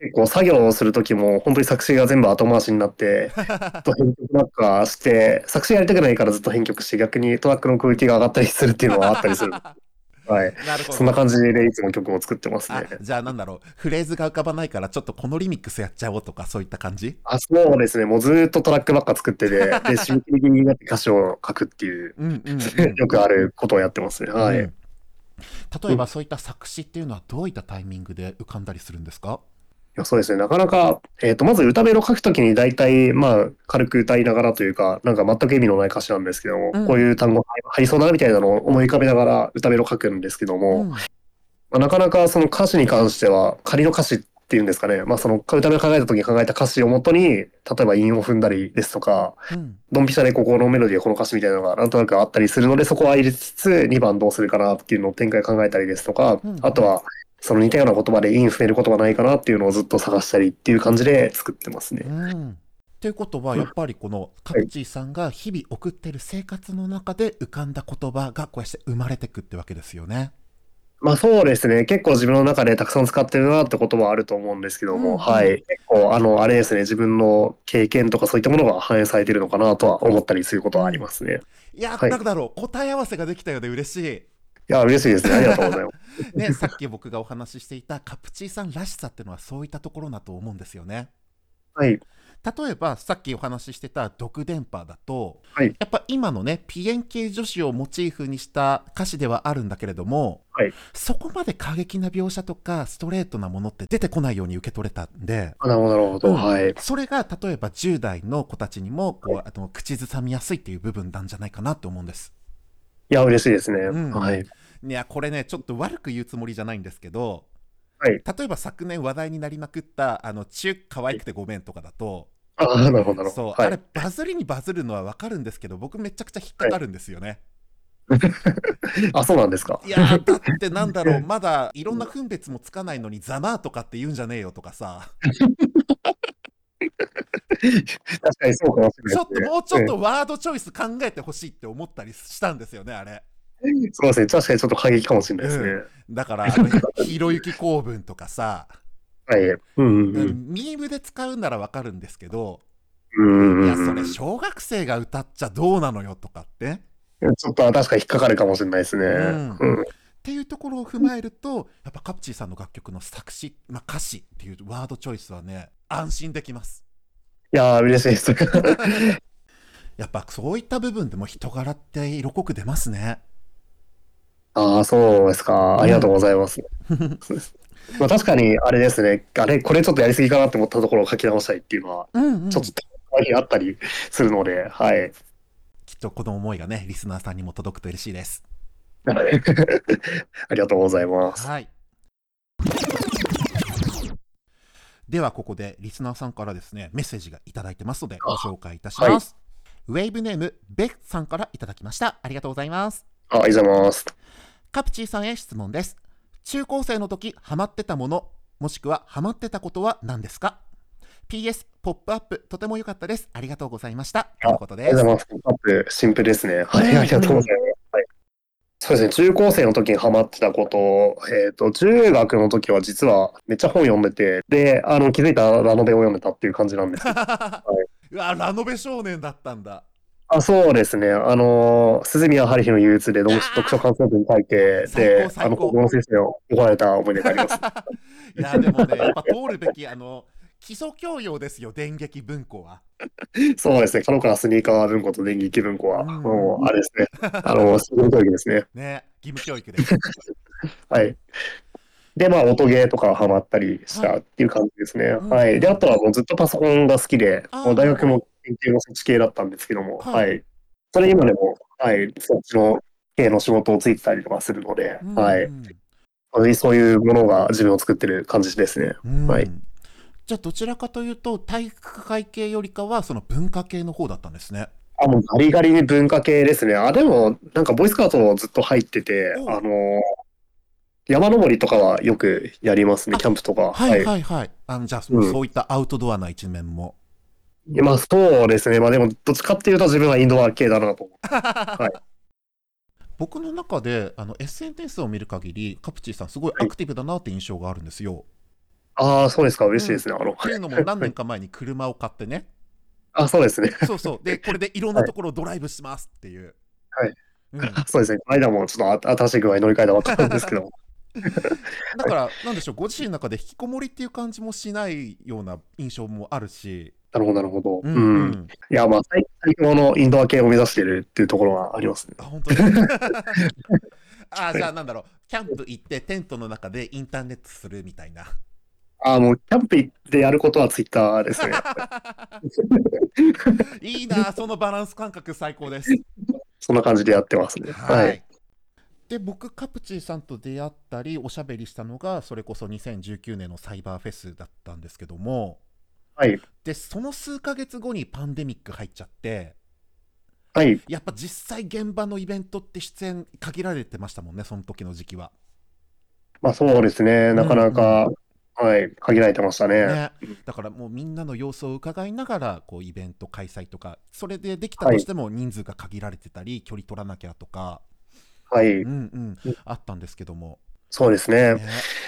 Speaker 2: 結構作業をするときも本当に作詞が全部後回しになって、ずっと編曲なんかして、作詞やりたくないからずっと編曲して、逆にトラックのクオリティが上がったりするっていうのはあったりする。はい。
Speaker 1: なるほど
Speaker 2: そんな感じでいつも曲を作ってます
Speaker 1: あ
Speaker 2: ね。
Speaker 1: じゃあなんだろうフレーズが浮かばないからちょっとこのリミックスやっちゃおうとかそういった感じ
Speaker 2: あ、そうですね。もうずーっとトラックばっか作ってて、で、締め切りになって歌詞を書くっていう、
Speaker 1: うんうんうん、
Speaker 2: よくあることをやってますね。はい。
Speaker 1: うん例えばそういった作詞っていうのはどういったタイミングで浮かんだりするんですか、
Speaker 2: いやそうですね。なかなか、えっ、と、まず歌メロ書くときに大体、まあ、軽く歌いながらというか、なんか全く意味のない歌詞なんですけども、
Speaker 1: うん
Speaker 2: こういう単語入りそうだなみたいなのを思い浮かべながら歌メロ書くんですけども、
Speaker 1: うん
Speaker 2: まあ、なかなかその歌詞に関しては、仮の歌詞っていうんですかね、まあ、その歌メロ考えたときに考えた歌詞をもとに、例えば韻を踏んだりですとか、
Speaker 1: うん
Speaker 2: ドンピシャでここのメロディーはこの歌詞みたいなのがなんとなくあったりするので、そこは入れつつ、2番どうするかなっていうのを展開考えたりですとか、
Speaker 1: うん
Speaker 2: あとは、その似たような言葉でイン踏めることがないかなっていうのをずっと探したりっていう感じで作ってますね。
Speaker 1: うんということはやっぱりこのカプチーさんが日々送ってる生活の中で浮かんだ言葉がこうして生まれてくってわけですよね。
Speaker 2: まあそうですね。結構自分の中でたくさん使ってるなってことはあると思うんですけども、
Speaker 1: うん
Speaker 2: はい。結構あの、あれですね。自分の経験とかそういったものが反映されてるのかなとは思ったりすることはありますね。
Speaker 1: いや、
Speaker 2: はい
Speaker 1: なんだろう答え合わせができたようで嬉しい。
Speaker 2: いや、嬉しいですね。ありがとうございます。
Speaker 1: ね、 *laughs* さっき僕がお話ししていたカプチーさんらしさっていうのはそういったところだと思うんですよね。
Speaker 2: はい。
Speaker 1: 例えばさっきお話ししてた「毒電波」だと、
Speaker 2: はい
Speaker 1: やっぱ今のねピエン系女子をモチーフにした歌詞ではあるんだけれども、
Speaker 2: はい
Speaker 1: そこまで過激な描写とかストレートなものって出てこないように受け取れたんで。
Speaker 2: あなるほど、なるほど。
Speaker 1: うん
Speaker 2: はい。
Speaker 1: それが例えば10代の子たちにもこう、あの口ずさみやすいっていう部分なんじゃないかなって思うんです。
Speaker 2: いや、嬉しいですね。
Speaker 1: うん
Speaker 2: はい。
Speaker 1: いやこれねちょっと悪く言うつもりじゃないんですけど、
Speaker 2: はい
Speaker 1: 例えば昨年話題になりまくった「あのチュ可愛くてごめん」とかだと、
Speaker 2: ああ、なるほど、なるほ
Speaker 1: そう、
Speaker 2: ど。は
Speaker 1: あれ
Speaker 2: い。
Speaker 1: バズりにバズるのはわかるんですけど僕めちゃくちゃ引っかかるんですよね、
Speaker 2: あ、そうなんですか
Speaker 1: い、。やーだってなんだ
Speaker 2: *laughs*
Speaker 1: ろうまだいろんな分別もつかないのに「ざまー」とかって言うんじゃねえよとか
Speaker 2: *laughs*
Speaker 1: さ
Speaker 2: 確かにそうかもしれ
Speaker 1: ち
Speaker 2: な
Speaker 1: ょ
Speaker 2: い
Speaker 1: っ
Speaker 2: です
Speaker 1: と
Speaker 2: ね。
Speaker 1: もうちょっとワードチョイス考えてほしいって思ったりしたんですよねあれ
Speaker 2: すみません。確かにちょっと過激かもしれないですね。
Speaker 1: だからあの「ひろゆき公文」とかさ、
Speaker 2: はい。うんう
Speaker 1: う
Speaker 2: んうんん。
Speaker 1: ミームで使うならわかるんですけど
Speaker 2: うん
Speaker 1: いや
Speaker 2: うんう
Speaker 1: そ
Speaker 2: ん
Speaker 1: れ小学生が歌っちゃどうなのよとかって
Speaker 2: ちょっと確かに引っかかるかもしれないですね。
Speaker 1: うん
Speaker 2: うん
Speaker 1: っていうところを踏まえるとやっぱカプチーさんの楽曲の作詞、まあ、歌詞っていうワードチョイスはね安心でき *laughs* ます
Speaker 2: いやー、嬉しいです。 *laughs* い
Speaker 1: やっぱそういった部分でも人柄って色濃く出ますね
Speaker 2: ああ、そうですか。ありがとうございます。 *laughs* まあ確かに、あれですね。あれ、これちょっとやりすぎかなって思ったところを書き直したいっていうのは、
Speaker 1: うん、うん、
Speaker 2: ちょっとたまにあったりするので、はい。 *laughs*
Speaker 1: きっとこの思いがねリスナーさんにも届くと嬉しいです
Speaker 2: ありがとうございます。
Speaker 1: はいではここでリスナーさんからですねメッセージがいただいてますのでご紹介いたします、ウェーブネームベックさんからいただきましたありがとうございます
Speaker 2: あ、ありがとうございます。
Speaker 1: カプチーさんへ質問です。中高生の時ハマってたもの、もしくはハマってたことは何ですか ?PS、ポップアップ、とても良かったです。ありがとうございました。とのこと
Speaker 2: あり
Speaker 1: で
Speaker 2: が
Speaker 1: す
Speaker 2: とう。ございます。アップシンプルですね。
Speaker 1: う
Speaker 2: はい、
Speaker 1: ん
Speaker 2: ありがとうございます。はいそうですね、中高生の時にハマってたこと、えっ、と、中学の時は実はめっちゃ本読んでて、で、あの、気づいたらラノベを読んでたっていう感じなんですけど
Speaker 1: *laughs* うわ、ラノベ少年だったんだ。 *laughs*
Speaker 2: あ、そうですね、あの、鈴宮春日の憂鬱で読読書感想文書いて、
Speaker 1: 最
Speaker 2: で
Speaker 1: 高、最
Speaker 2: あの、
Speaker 1: 高
Speaker 2: 高校の先生を怒られた思い出があります。
Speaker 1: いや、でもね、やっぱ通るべき、あの、基礎教養ですよ、電撃文庫は。
Speaker 2: そうですね、かのからスニーカー文庫と電撃文庫は、
Speaker 1: うん
Speaker 2: もう、あれですね、あの、仕事教育ですね。
Speaker 1: ね、義務教育です。
Speaker 2: はい。で、まあ、音ゲーとかハマったりしたっていう感じですね。
Speaker 1: ん
Speaker 2: はい。で、あとはもうずっとパソコンが好きで、
Speaker 1: あー
Speaker 2: もう大学も研究のそっち系だったんですけども、
Speaker 1: はい
Speaker 2: はい。それ今でも、はい、そっちの系の仕事をついてたりとかするので、
Speaker 1: うん
Speaker 2: *laughs* はい。そういうものが自分を作ってる感じですね。
Speaker 1: うん
Speaker 2: はい
Speaker 1: じゃあ、どちらかというと、体育会系よりかは、その文化系の方だったんですね。
Speaker 2: あ、もうガリガリに文化系ですね。あ、でも、なんかボイスカートをずっと入ってて、
Speaker 1: お
Speaker 2: あの、山登りとかはよくやりますね、
Speaker 1: あ
Speaker 2: キャンプとか。
Speaker 1: はいはいはい。あのじゃあ、そ
Speaker 2: うん
Speaker 1: そういったアウトドアな一面も。
Speaker 2: まあそうですね。まあでも、どっちかっていうと自分はインドア系だなと思う。
Speaker 1: 僕の中であの SNS を見る限り、カプチーさん、すごいアクティブだなって印象があるんですよ。
Speaker 2: ああ、そうですか。嬉しいですね。あの
Speaker 1: っ、ていうのも、何年か前に車を買ってね、
Speaker 2: あそうですね。
Speaker 1: そうそう、で、これでいろんなところをドライブしますっていう。
Speaker 2: はい
Speaker 1: うん、
Speaker 2: そうですね。この間もちょっとあ新しい具合に乗り換えたばっかなんですけど。
Speaker 1: だから、なんでしょう、ご自身の中で引きこもりっていう感じもしないような印象もあるし、
Speaker 2: なるほど、なるほど。
Speaker 1: う
Speaker 2: うんん。
Speaker 1: うん、
Speaker 2: いや、まあ最、最強のインドア系を目指してるっていうところはありますね。
Speaker 1: あ本当に *laughs* あじゃあ、なんだろう、キャンプ行って、テントの中でインターネットするみたいな。
Speaker 2: ああ、もう、キャンプ行ってやることはツイッターですね。
Speaker 1: いいなあ、そのバランス感覚最高です。
Speaker 2: そんな感じでやってますね。はい。
Speaker 1: で、僕、カプチーさんと出会ったり、おしゃべりしたのが、それこそ2019年のサイバーフェスだったんですけども、
Speaker 2: はい。
Speaker 1: で、その数ヶ月後にパンデミック入っちゃって、
Speaker 2: はい。
Speaker 1: やっぱ実際現場のイベントって出演限られてましたもんね、その時の時期は。
Speaker 2: まあ、そうですね。なかなか、はい。限られてましたね。
Speaker 1: ね、だからもうみんなの様子を伺いながらこうイベント開催とかそれでできたとしても人数が限られてたり距離取らなきゃとか、
Speaker 2: はい
Speaker 1: うん。うん、あったんですけども、
Speaker 2: そうですね。
Speaker 1: ね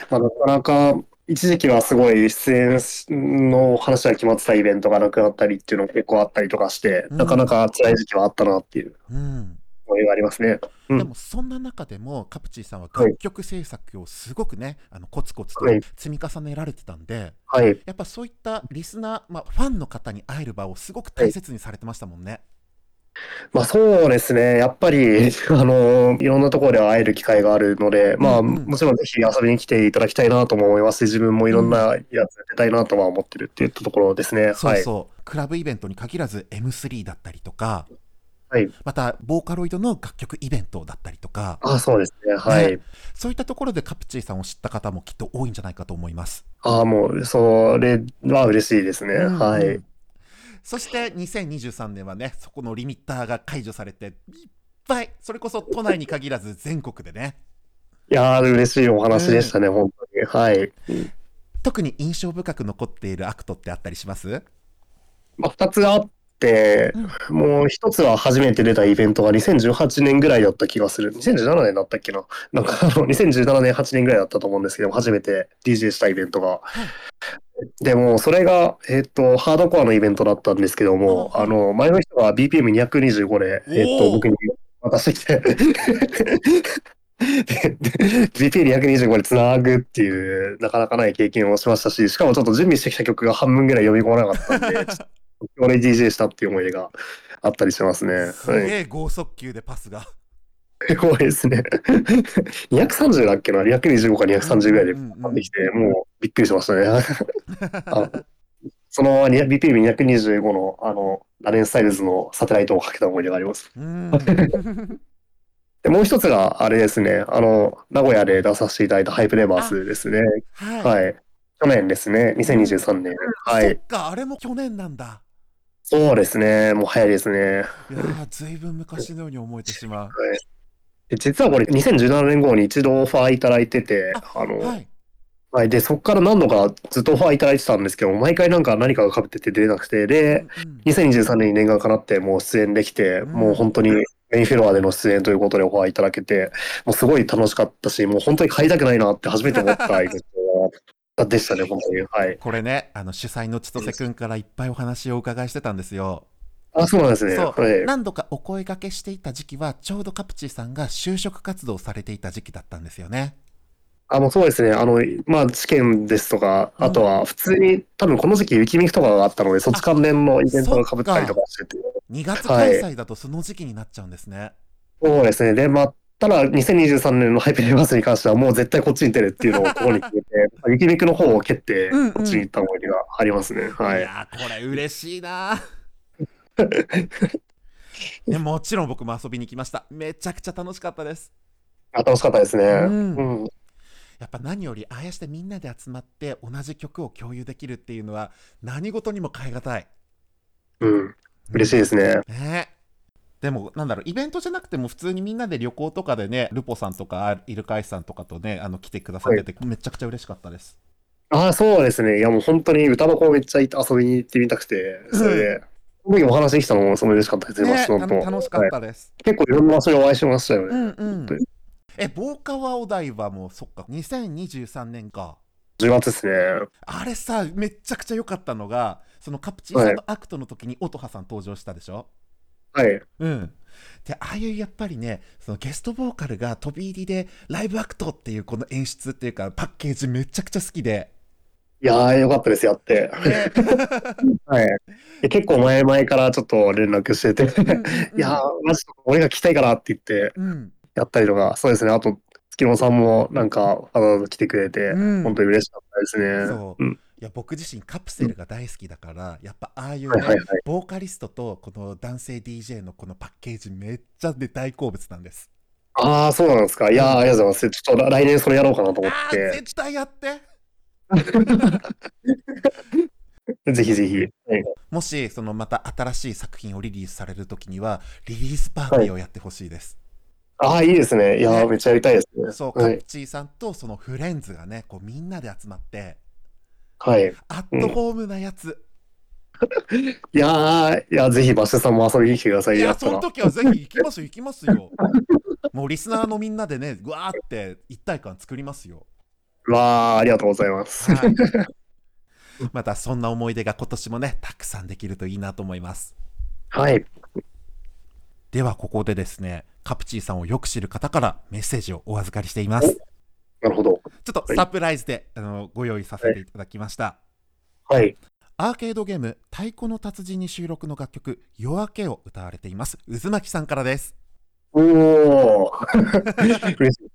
Speaker 2: まあ、なかなか一時期はすごい出演の話が決まってたイベントがなくなったりっていうのが結構あったりとかして、
Speaker 1: うん
Speaker 2: なかなか辛い時期はあったなっていう。
Speaker 1: うん、
Speaker 2: 思いがありますね。うん
Speaker 1: でもそんな中でもカプチーさんは楽曲制作をすごくね、あのコツコツと
Speaker 2: はい
Speaker 1: 積み重ねられてたんで
Speaker 2: はい。
Speaker 1: やっぱそういったリスナー、まあ、ファンの方に会える場をすごく大切にされてましたもんね。
Speaker 2: まあそうですね。やっぱり、あの、いろんなところで会える機会があるので、まあ
Speaker 1: うんうん
Speaker 2: もちろんぜひ遊びに来ていただきたいなとも思いますし、自分もいろんなやつやってたいなとは思ってるっていったところですね。
Speaker 1: そう
Speaker 2: はい。
Speaker 1: そう、クラブイベントに限らず M3 だったりとか、
Speaker 2: はい
Speaker 1: またボーカロイドの楽曲イベントだったりとか
Speaker 2: あ、そうですね。はい。
Speaker 1: ねそういったところでカプチーさんを知った方もきっと多いんじゃないかと思います。
Speaker 2: ああ、もう、それは嬉しいですね。
Speaker 1: うん
Speaker 2: は
Speaker 1: う
Speaker 2: い
Speaker 1: ん。そして2023年はねそこのリミッターが解除されていっぱいそれこそ都内に限らず全国でね
Speaker 2: いやー、嬉しいお話でしたね、本当に。はい。
Speaker 1: 特に印象深く残っているアクトってあったりします
Speaker 2: まあ、二つがあって、もう一つは初めて出たイベントが2018年ぐらいだった気がする。2017年だったっけななんかあの、2017年、8年ぐらいだったと思うんですけども、初めて DJ したイベントが。でも、それが、えっ、と、ハードコアのイベントだったんですけども、
Speaker 1: うん
Speaker 2: あの、前の人が BPM225 で、えっ、
Speaker 1: おー
Speaker 2: と、僕に渡してきて、でで BP225 でつなぐっていう、なかなかない経験をしましたし、しかもちょっと準備してきた曲が半分ぐらい読み込まなかったんで、ちょっと俺 DJ したっていう思い出があったりしますね。
Speaker 1: す
Speaker 2: はい。
Speaker 1: げえ剛速球でパスが
Speaker 2: すごいですね。230だっけな ?225 か230ぐらいで
Speaker 1: うんうんうん
Speaker 2: パンできて、もうびっくりしましたね。あその BPM225 の、あの、アレンスタイルズのサテライトをかけた思い出があります。
Speaker 1: うん
Speaker 2: で、もう一つが、あれですね、あの、名古屋で出させていただいたハイプレバースですね。
Speaker 1: はい、
Speaker 2: はい。去年ですね、2023年。 *laughs* は
Speaker 1: そ
Speaker 2: い。
Speaker 1: っかあれも去年なんだ
Speaker 2: そうですね、もう早いですね。
Speaker 1: いやーずいぶん昔のように思えてしまう
Speaker 2: で実はこれ、2017年頃に一度オファーいただいてて、あの、
Speaker 1: はい
Speaker 2: はい。で、そこから何度かずっとオファーいただいてたんですけど、毎回なんか何かが被ってて出れなくて、
Speaker 1: う
Speaker 2: で
Speaker 1: ん、うん
Speaker 2: 2023年に念願かなってもう出演できて、
Speaker 1: うん
Speaker 2: もう本当にメインフロアでの出演ということでオファーいただけて、もうすごい楽しかったし、もう本当に帰りたくないなって初めて思ったイベン
Speaker 1: *laughs*
Speaker 2: トでしたね、本当に。はい。
Speaker 1: これねあの主催の千歳くんからいっぱいお話をお伺いしてたんですよ
Speaker 2: あ、そうなんですね。
Speaker 1: そう
Speaker 2: はい。
Speaker 1: 何度かお声掛けしていた時期はちょうどカプチーさんが就職活動をされていた時期だったんですよね。
Speaker 2: あ、もうそうですね。あの、まあ、試験ですとか、
Speaker 1: うん
Speaker 2: あとは普通に、多分この時期雪見くとかがあったので、そっち関連のイベントが被ったりとかしてて。
Speaker 1: 2月開催だとその時期になっちゃうんですね。
Speaker 2: そうですね。で、まあ、ただ2023年のハイペリバースに関してはもう絶対こっちに出るっていうのをここに決めて、 *laughs* 雪見くの方を蹴って、
Speaker 1: うんうん、
Speaker 2: こっちに行った思い出がありますね。はいい。
Speaker 1: やーこれ嬉しい
Speaker 2: *laughs*
Speaker 1: なーねもちろん僕も遊びに来ました。めちゃくちゃ楽しかったです。
Speaker 2: あ楽しかったですね。
Speaker 1: うん
Speaker 2: うん。
Speaker 1: やっぱ何よりああやしてみんなで集まって同じ曲を共有できるっていうのは何事にも変え難い。
Speaker 2: うん。嬉しいですね。
Speaker 1: ねでもなんだろうイベントじゃなくても普通にみんなで旅行とかでねルポさんとかイルカイさんとかとねあの来てくださってて、めちゃくちゃ嬉しかったです
Speaker 2: ああ、そうですね。いや、もう本当に歌の子めっちゃ遊びに行ってみたくて、それで、その時お話できたのもすごい嬉しかったですね。
Speaker 1: ね
Speaker 2: 松野
Speaker 1: た
Speaker 2: と
Speaker 1: の楽しかっ
Speaker 2: はい
Speaker 1: たです、
Speaker 2: 結構いろんな場所でお会いしましたよね。
Speaker 1: うんうん
Speaker 2: 当に
Speaker 1: え防火はお台場もそっか2023年か
Speaker 2: 10月ですね。
Speaker 1: あれさめっちゃくちゃ良かったのがそのカプチーさんとアクトの時に音羽さん登場したでしょ、
Speaker 2: はい。
Speaker 1: うん、でああいうやっぱりねそのゲストボーカルが飛び入りでライブアクトっていうこの演出っていうかパッケージめちゃくちゃ好きで、
Speaker 2: いやー、よかったです、やって。
Speaker 1: ね
Speaker 2: はい。で *laughs* 結構前々からちょっと連絡してて、
Speaker 1: うんうんうん
Speaker 2: *laughs* いやー、マジで俺が聞きたいからって言って
Speaker 1: うん、
Speaker 2: やったりとか、そうですね。あと、月野さんもなんか、わざわざ来てくれて、
Speaker 1: うん
Speaker 2: 本当に嬉しかったですね。
Speaker 1: そう
Speaker 2: うん
Speaker 1: いや僕自身カプセルが大好きだから、やっぱああいう
Speaker 2: は
Speaker 1: ね、
Speaker 2: いはいはい。
Speaker 1: ボーカリストとこの男性 DJ のこのパッケージめっちゃで大好物なんです。
Speaker 2: ああ、そうなんですか。いやー、ありがとうございます。ちょっと来年それやろうかなと思
Speaker 1: あ
Speaker 2: っ
Speaker 1: あ
Speaker 2: て。
Speaker 1: 絶対やって
Speaker 2: ぜひぜひ。はい
Speaker 1: もしそのまた新しい作品をリリースされる時にはリリースパーティーをやってほしいです。
Speaker 2: ああ、いいですね。いや
Speaker 1: ね
Speaker 2: ー、めっちゃやりたいですね。
Speaker 1: そうカ
Speaker 2: は
Speaker 1: プ
Speaker 2: い。
Speaker 1: チーさんとそのフレンズがねこうみんなで集まって
Speaker 2: はい。
Speaker 1: アットホームなやつ、
Speaker 2: いやー、いや、ぜひバッシュさんも遊びに来てください。
Speaker 1: い
Speaker 2: や
Speaker 1: や
Speaker 2: った
Speaker 1: その
Speaker 2: ら。
Speaker 1: 時はぜひ行きますよ行きます
Speaker 2: *laughs*
Speaker 1: よ。もうリスナーのみんなでねうわーって一体感作りますよ。
Speaker 2: わー、ありがとうござ
Speaker 1: *laughs*
Speaker 2: います。
Speaker 1: はい、 *laughs* またそんな思い出が今年もねたくさんできるといいなと思います
Speaker 2: はい。
Speaker 1: ではここでですねカプチーさんをよく知る方からメッセージをお預かりしています。
Speaker 2: なるほど。
Speaker 1: ちょっとサプライズで、あのご用意させていただきました。
Speaker 2: はい。
Speaker 1: アーケードゲーム「太鼓の達人」に収録の楽曲「夜明け」を歌われています渦巻さんからです
Speaker 2: おお。嬉しい。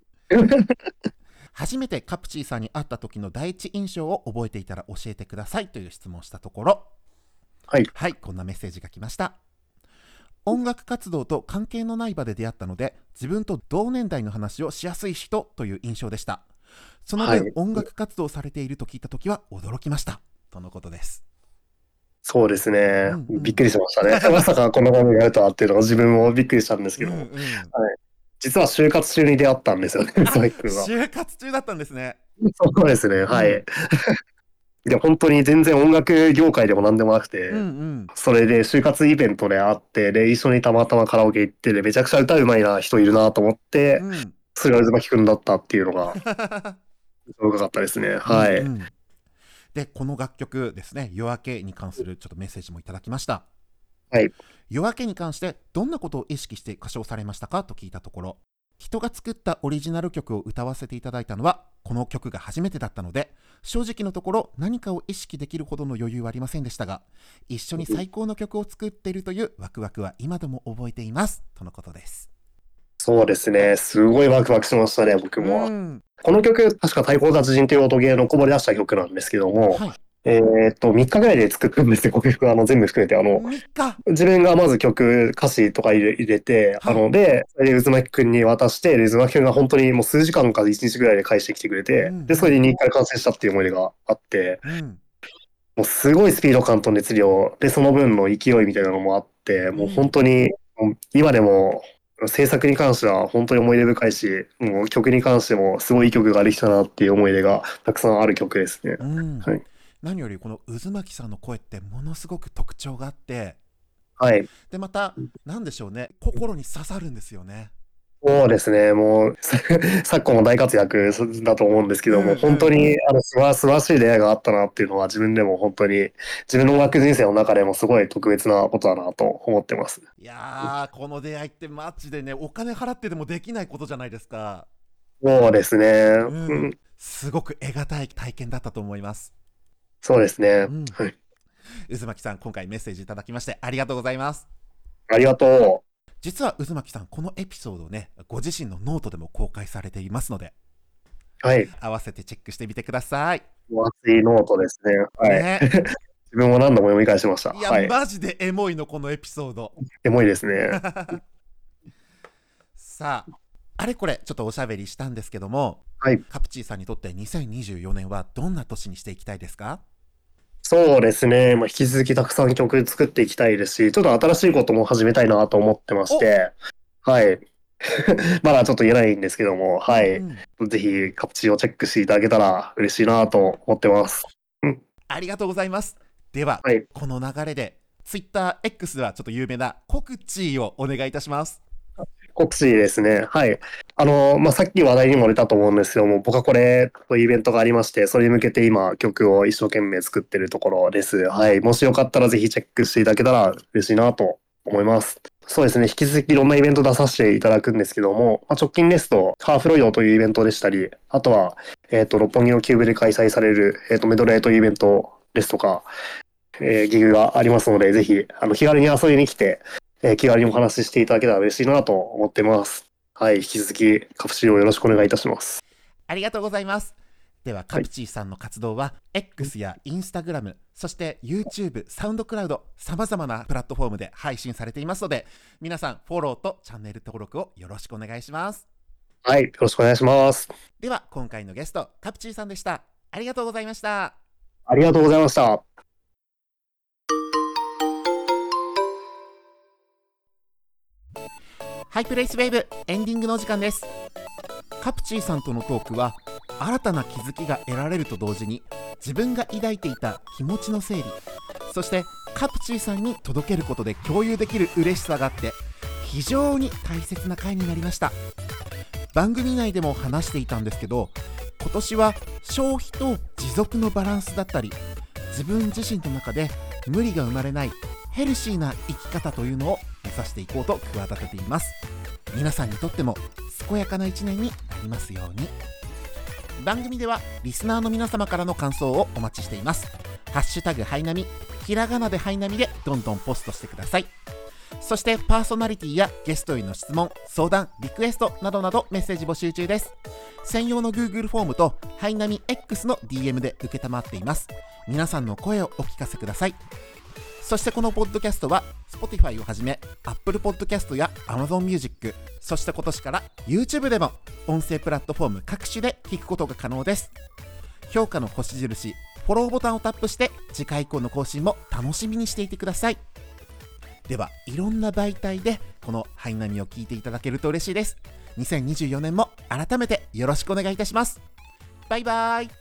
Speaker 1: 初めてカプチーさんに会った時の第一印象を覚えていたら教えてくださいという質問をしたところ
Speaker 2: はい
Speaker 1: はいこんなメッセージが来ました音楽活動と関係のない場で出会ったので自分と同年代の話をしやすい人という印象でしたその
Speaker 2: は
Speaker 1: 分
Speaker 2: い
Speaker 1: 音楽活動をされていると聞いた時は驚きましたとのことです
Speaker 2: そうですね
Speaker 1: うん。うん
Speaker 2: びっくりしましたね。
Speaker 1: *laughs*
Speaker 2: まさかこんな感じになるとはっていうのが自分もびっくりしたんですけど、
Speaker 1: うんうん
Speaker 2: 実は就活中に出会ったんですよね、サイク
Speaker 1: *laughs*
Speaker 2: ルが。
Speaker 1: 就活中だったんですね
Speaker 2: そうですね、はい。
Speaker 1: う
Speaker 2: いや、本当に全然音楽業界でも何でもなくて、
Speaker 1: うんうん
Speaker 2: それで就活イベントで会って、で、一緒にたまたまカラオケ行って、で、めちゃくちゃ歌うまいな人いるなと思って、
Speaker 1: うん
Speaker 2: それが渦巻くんだったっていう
Speaker 1: *laughs*
Speaker 2: のが、うかったですね。はい。
Speaker 1: うんうんでこの楽曲ですね「夜明け」に関するちょっとメッセージもいただきました
Speaker 2: はい
Speaker 1: 夜明けに関してどんなことを意識して歌唱されましたかと聞いたところ人が作ったオリジナル曲を歌わせていただいたのはこの曲が初めてだったので正直のところ何かを意識できるほどの余裕はありませんでしたが一緒に最高の曲を作っているというワクワクは今でも覚えていますとのことです。
Speaker 2: そうですね。すごいワクワクしましたね、僕も。
Speaker 1: うん
Speaker 2: この曲、確か太鼓の達人という音ゲーのこぼれ出した曲なんですけども、
Speaker 1: はい、
Speaker 2: えーっと、3日ぐらいで作ったんですよ、この曲、あの、全部含めて、あの、
Speaker 1: 3日
Speaker 2: 自分がまず曲、歌詞とか入れ入れて、
Speaker 1: はい
Speaker 2: あの、で、それで渦巻くんに渡して、で渦巻くんが本当にもう数時間か1日ぐらいで返してきてくれて、
Speaker 1: うん
Speaker 2: で、それで2回完成したっていう思い出があって、
Speaker 1: うん
Speaker 2: もうすごいスピード感と熱量、で、その分の勢いみたいなのもあって、もう本当に、もう今でも、制作に関しては本当に思い出深いし、もう曲に関してもすごいいい曲ができたなっていう思い出がたくさんある曲ですね。
Speaker 1: うん
Speaker 2: はい
Speaker 1: 何よりこの渦巻さんの声ってものすごく特徴があって
Speaker 2: はい。
Speaker 1: でまた何でしょうね心に刺さるんですよね。
Speaker 2: そうですね、もう、 *laughs* さ昨今も大活躍だと思うんですけど
Speaker 1: うんう
Speaker 2: も、
Speaker 1: ん
Speaker 2: 本当に、あの、素晴ら素晴らしい出会いがあったなっていうのは、自分でも本当に、自分の音楽人生の中でもすごい特別なことだなと思ってます。
Speaker 1: いやーこの出会いってマジでねお金払ってでもできないことじゃないですか
Speaker 2: そうですね、
Speaker 1: ん
Speaker 2: うん、
Speaker 1: すごく得難い体験だったと思います
Speaker 2: そうですね
Speaker 1: うん。
Speaker 2: はい。
Speaker 1: 渦巻さん今回メッセージいただきましてありがとうございます
Speaker 2: ありがと
Speaker 1: 実は渦巻さんこのエピソードをねご自身のノートでも公開されていますので
Speaker 2: う。はい。
Speaker 1: 合わせてチェックしてみてください、
Speaker 2: 分厚いノートですね。はい。 *laughs*
Speaker 1: ね、
Speaker 2: 自分も何度も読み返しました。
Speaker 1: いや、
Speaker 2: はい。
Speaker 1: マジでエモいのこのエピソード
Speaker 2: エモいですね。
Speaker 1: さああれこれちょっとおしゃべりしたんですけども、
Speaker 2: はい
Speaker 1: カプチーさんにとって2024年はどんな年にしていきたいですか
Speaker 2: そうですね。まあ、引き続きたくさん曲作っていきたいですし、ちょっと新しいことも始めたいなと思ってまして、はい。 *laughs* まだちょっと言えないんですけども、はい。
Speaker 1: うん
Speaker 2: ぜひ、カプチーをチェックしていただけたら嬉しいなと思ってます。
Speaker 1: ありがとうございますでは、
Speaker 2: はい
Speaker 1: この流れで TwitterX ではちょっと有名な告知をお願いいたします
Speaker 2: 告知ですね。はい。あの、まあ、さっき話題にも出たと思うんですけども、僕はこれ、イベントがありまして、それに向けて今、曲を一生懸命作ってるところです。はい。もしよかったらぜひチェックしていただけたら嬉しいなと思います。そうですね。引き続きいろんなイベント出させていただくんですけども、まあ、直近ですと、カーフロイドというイベントでしたり、あとは、えっ、と、六本木のキューブで開催される、えっ、と、メドレーというイベントですとか、えーギグがありますので、ぜひ、あの、気軽に遊びに来て、えー気軽にお話ししていただけたら嬉しいなと思ってます。はい、引き続き、カプチーをよろしくお願いいたします。
Speaker 1: ありがとうございますではカプチーさんの活動は X や Instagram そして YouTube、サウンドクラウドさまざまなプラットフォームで配信されていますので皆さんフォローとチャンネル登録をよろしくお願いします
Speaker 2: はい、よろしくお願いします。
Speaker 1: では今回のゲストカプチーさんでしたありがとうございました
Speaker 2: ありがとうございました。
Speaker 1: ハイプレイスウェーブエンディングのお時間ですカプチーさんとのトークは新たな気づきが得られると同時に自分が抱いていた気持ちの整理そしてカプチーさんに届けることで共有できる嬉しさがあって非常に大切な回になりました番組内でも話していたんですけど今年は消費と持続のバランスだったり自分自身の中で無理が生まれないヘルシーな生き方というのを目指していこうと企てています皆さんにとっても健やかな一年になりますように番組ではリスナーの皆様からの感想をお待ちしていますハッシュタグハイナミひらがなでハイナミでどんどんポストしてくださいそしてパーソナリティやゲストへの質問相談リクエストなどなどメッセージ募集中です専用の Google フォームとハイナミ X の DM で承っています皆さんの声をお聞かせくださいそしてこのポッドキャストは Spotify をはじめ Apple Podcast や Amazon Music そして今年から YouTube でも音声プラットフォーム各種で聞くことが可能です評価の星印フォローボタンをタップして次回以降の更新も楽しみにしていてくださいではいろんな媒体でこの「ハイナミ」を聞いていただけると嬉しいです2024年も改めてよろしくお願いいたしますバイバイ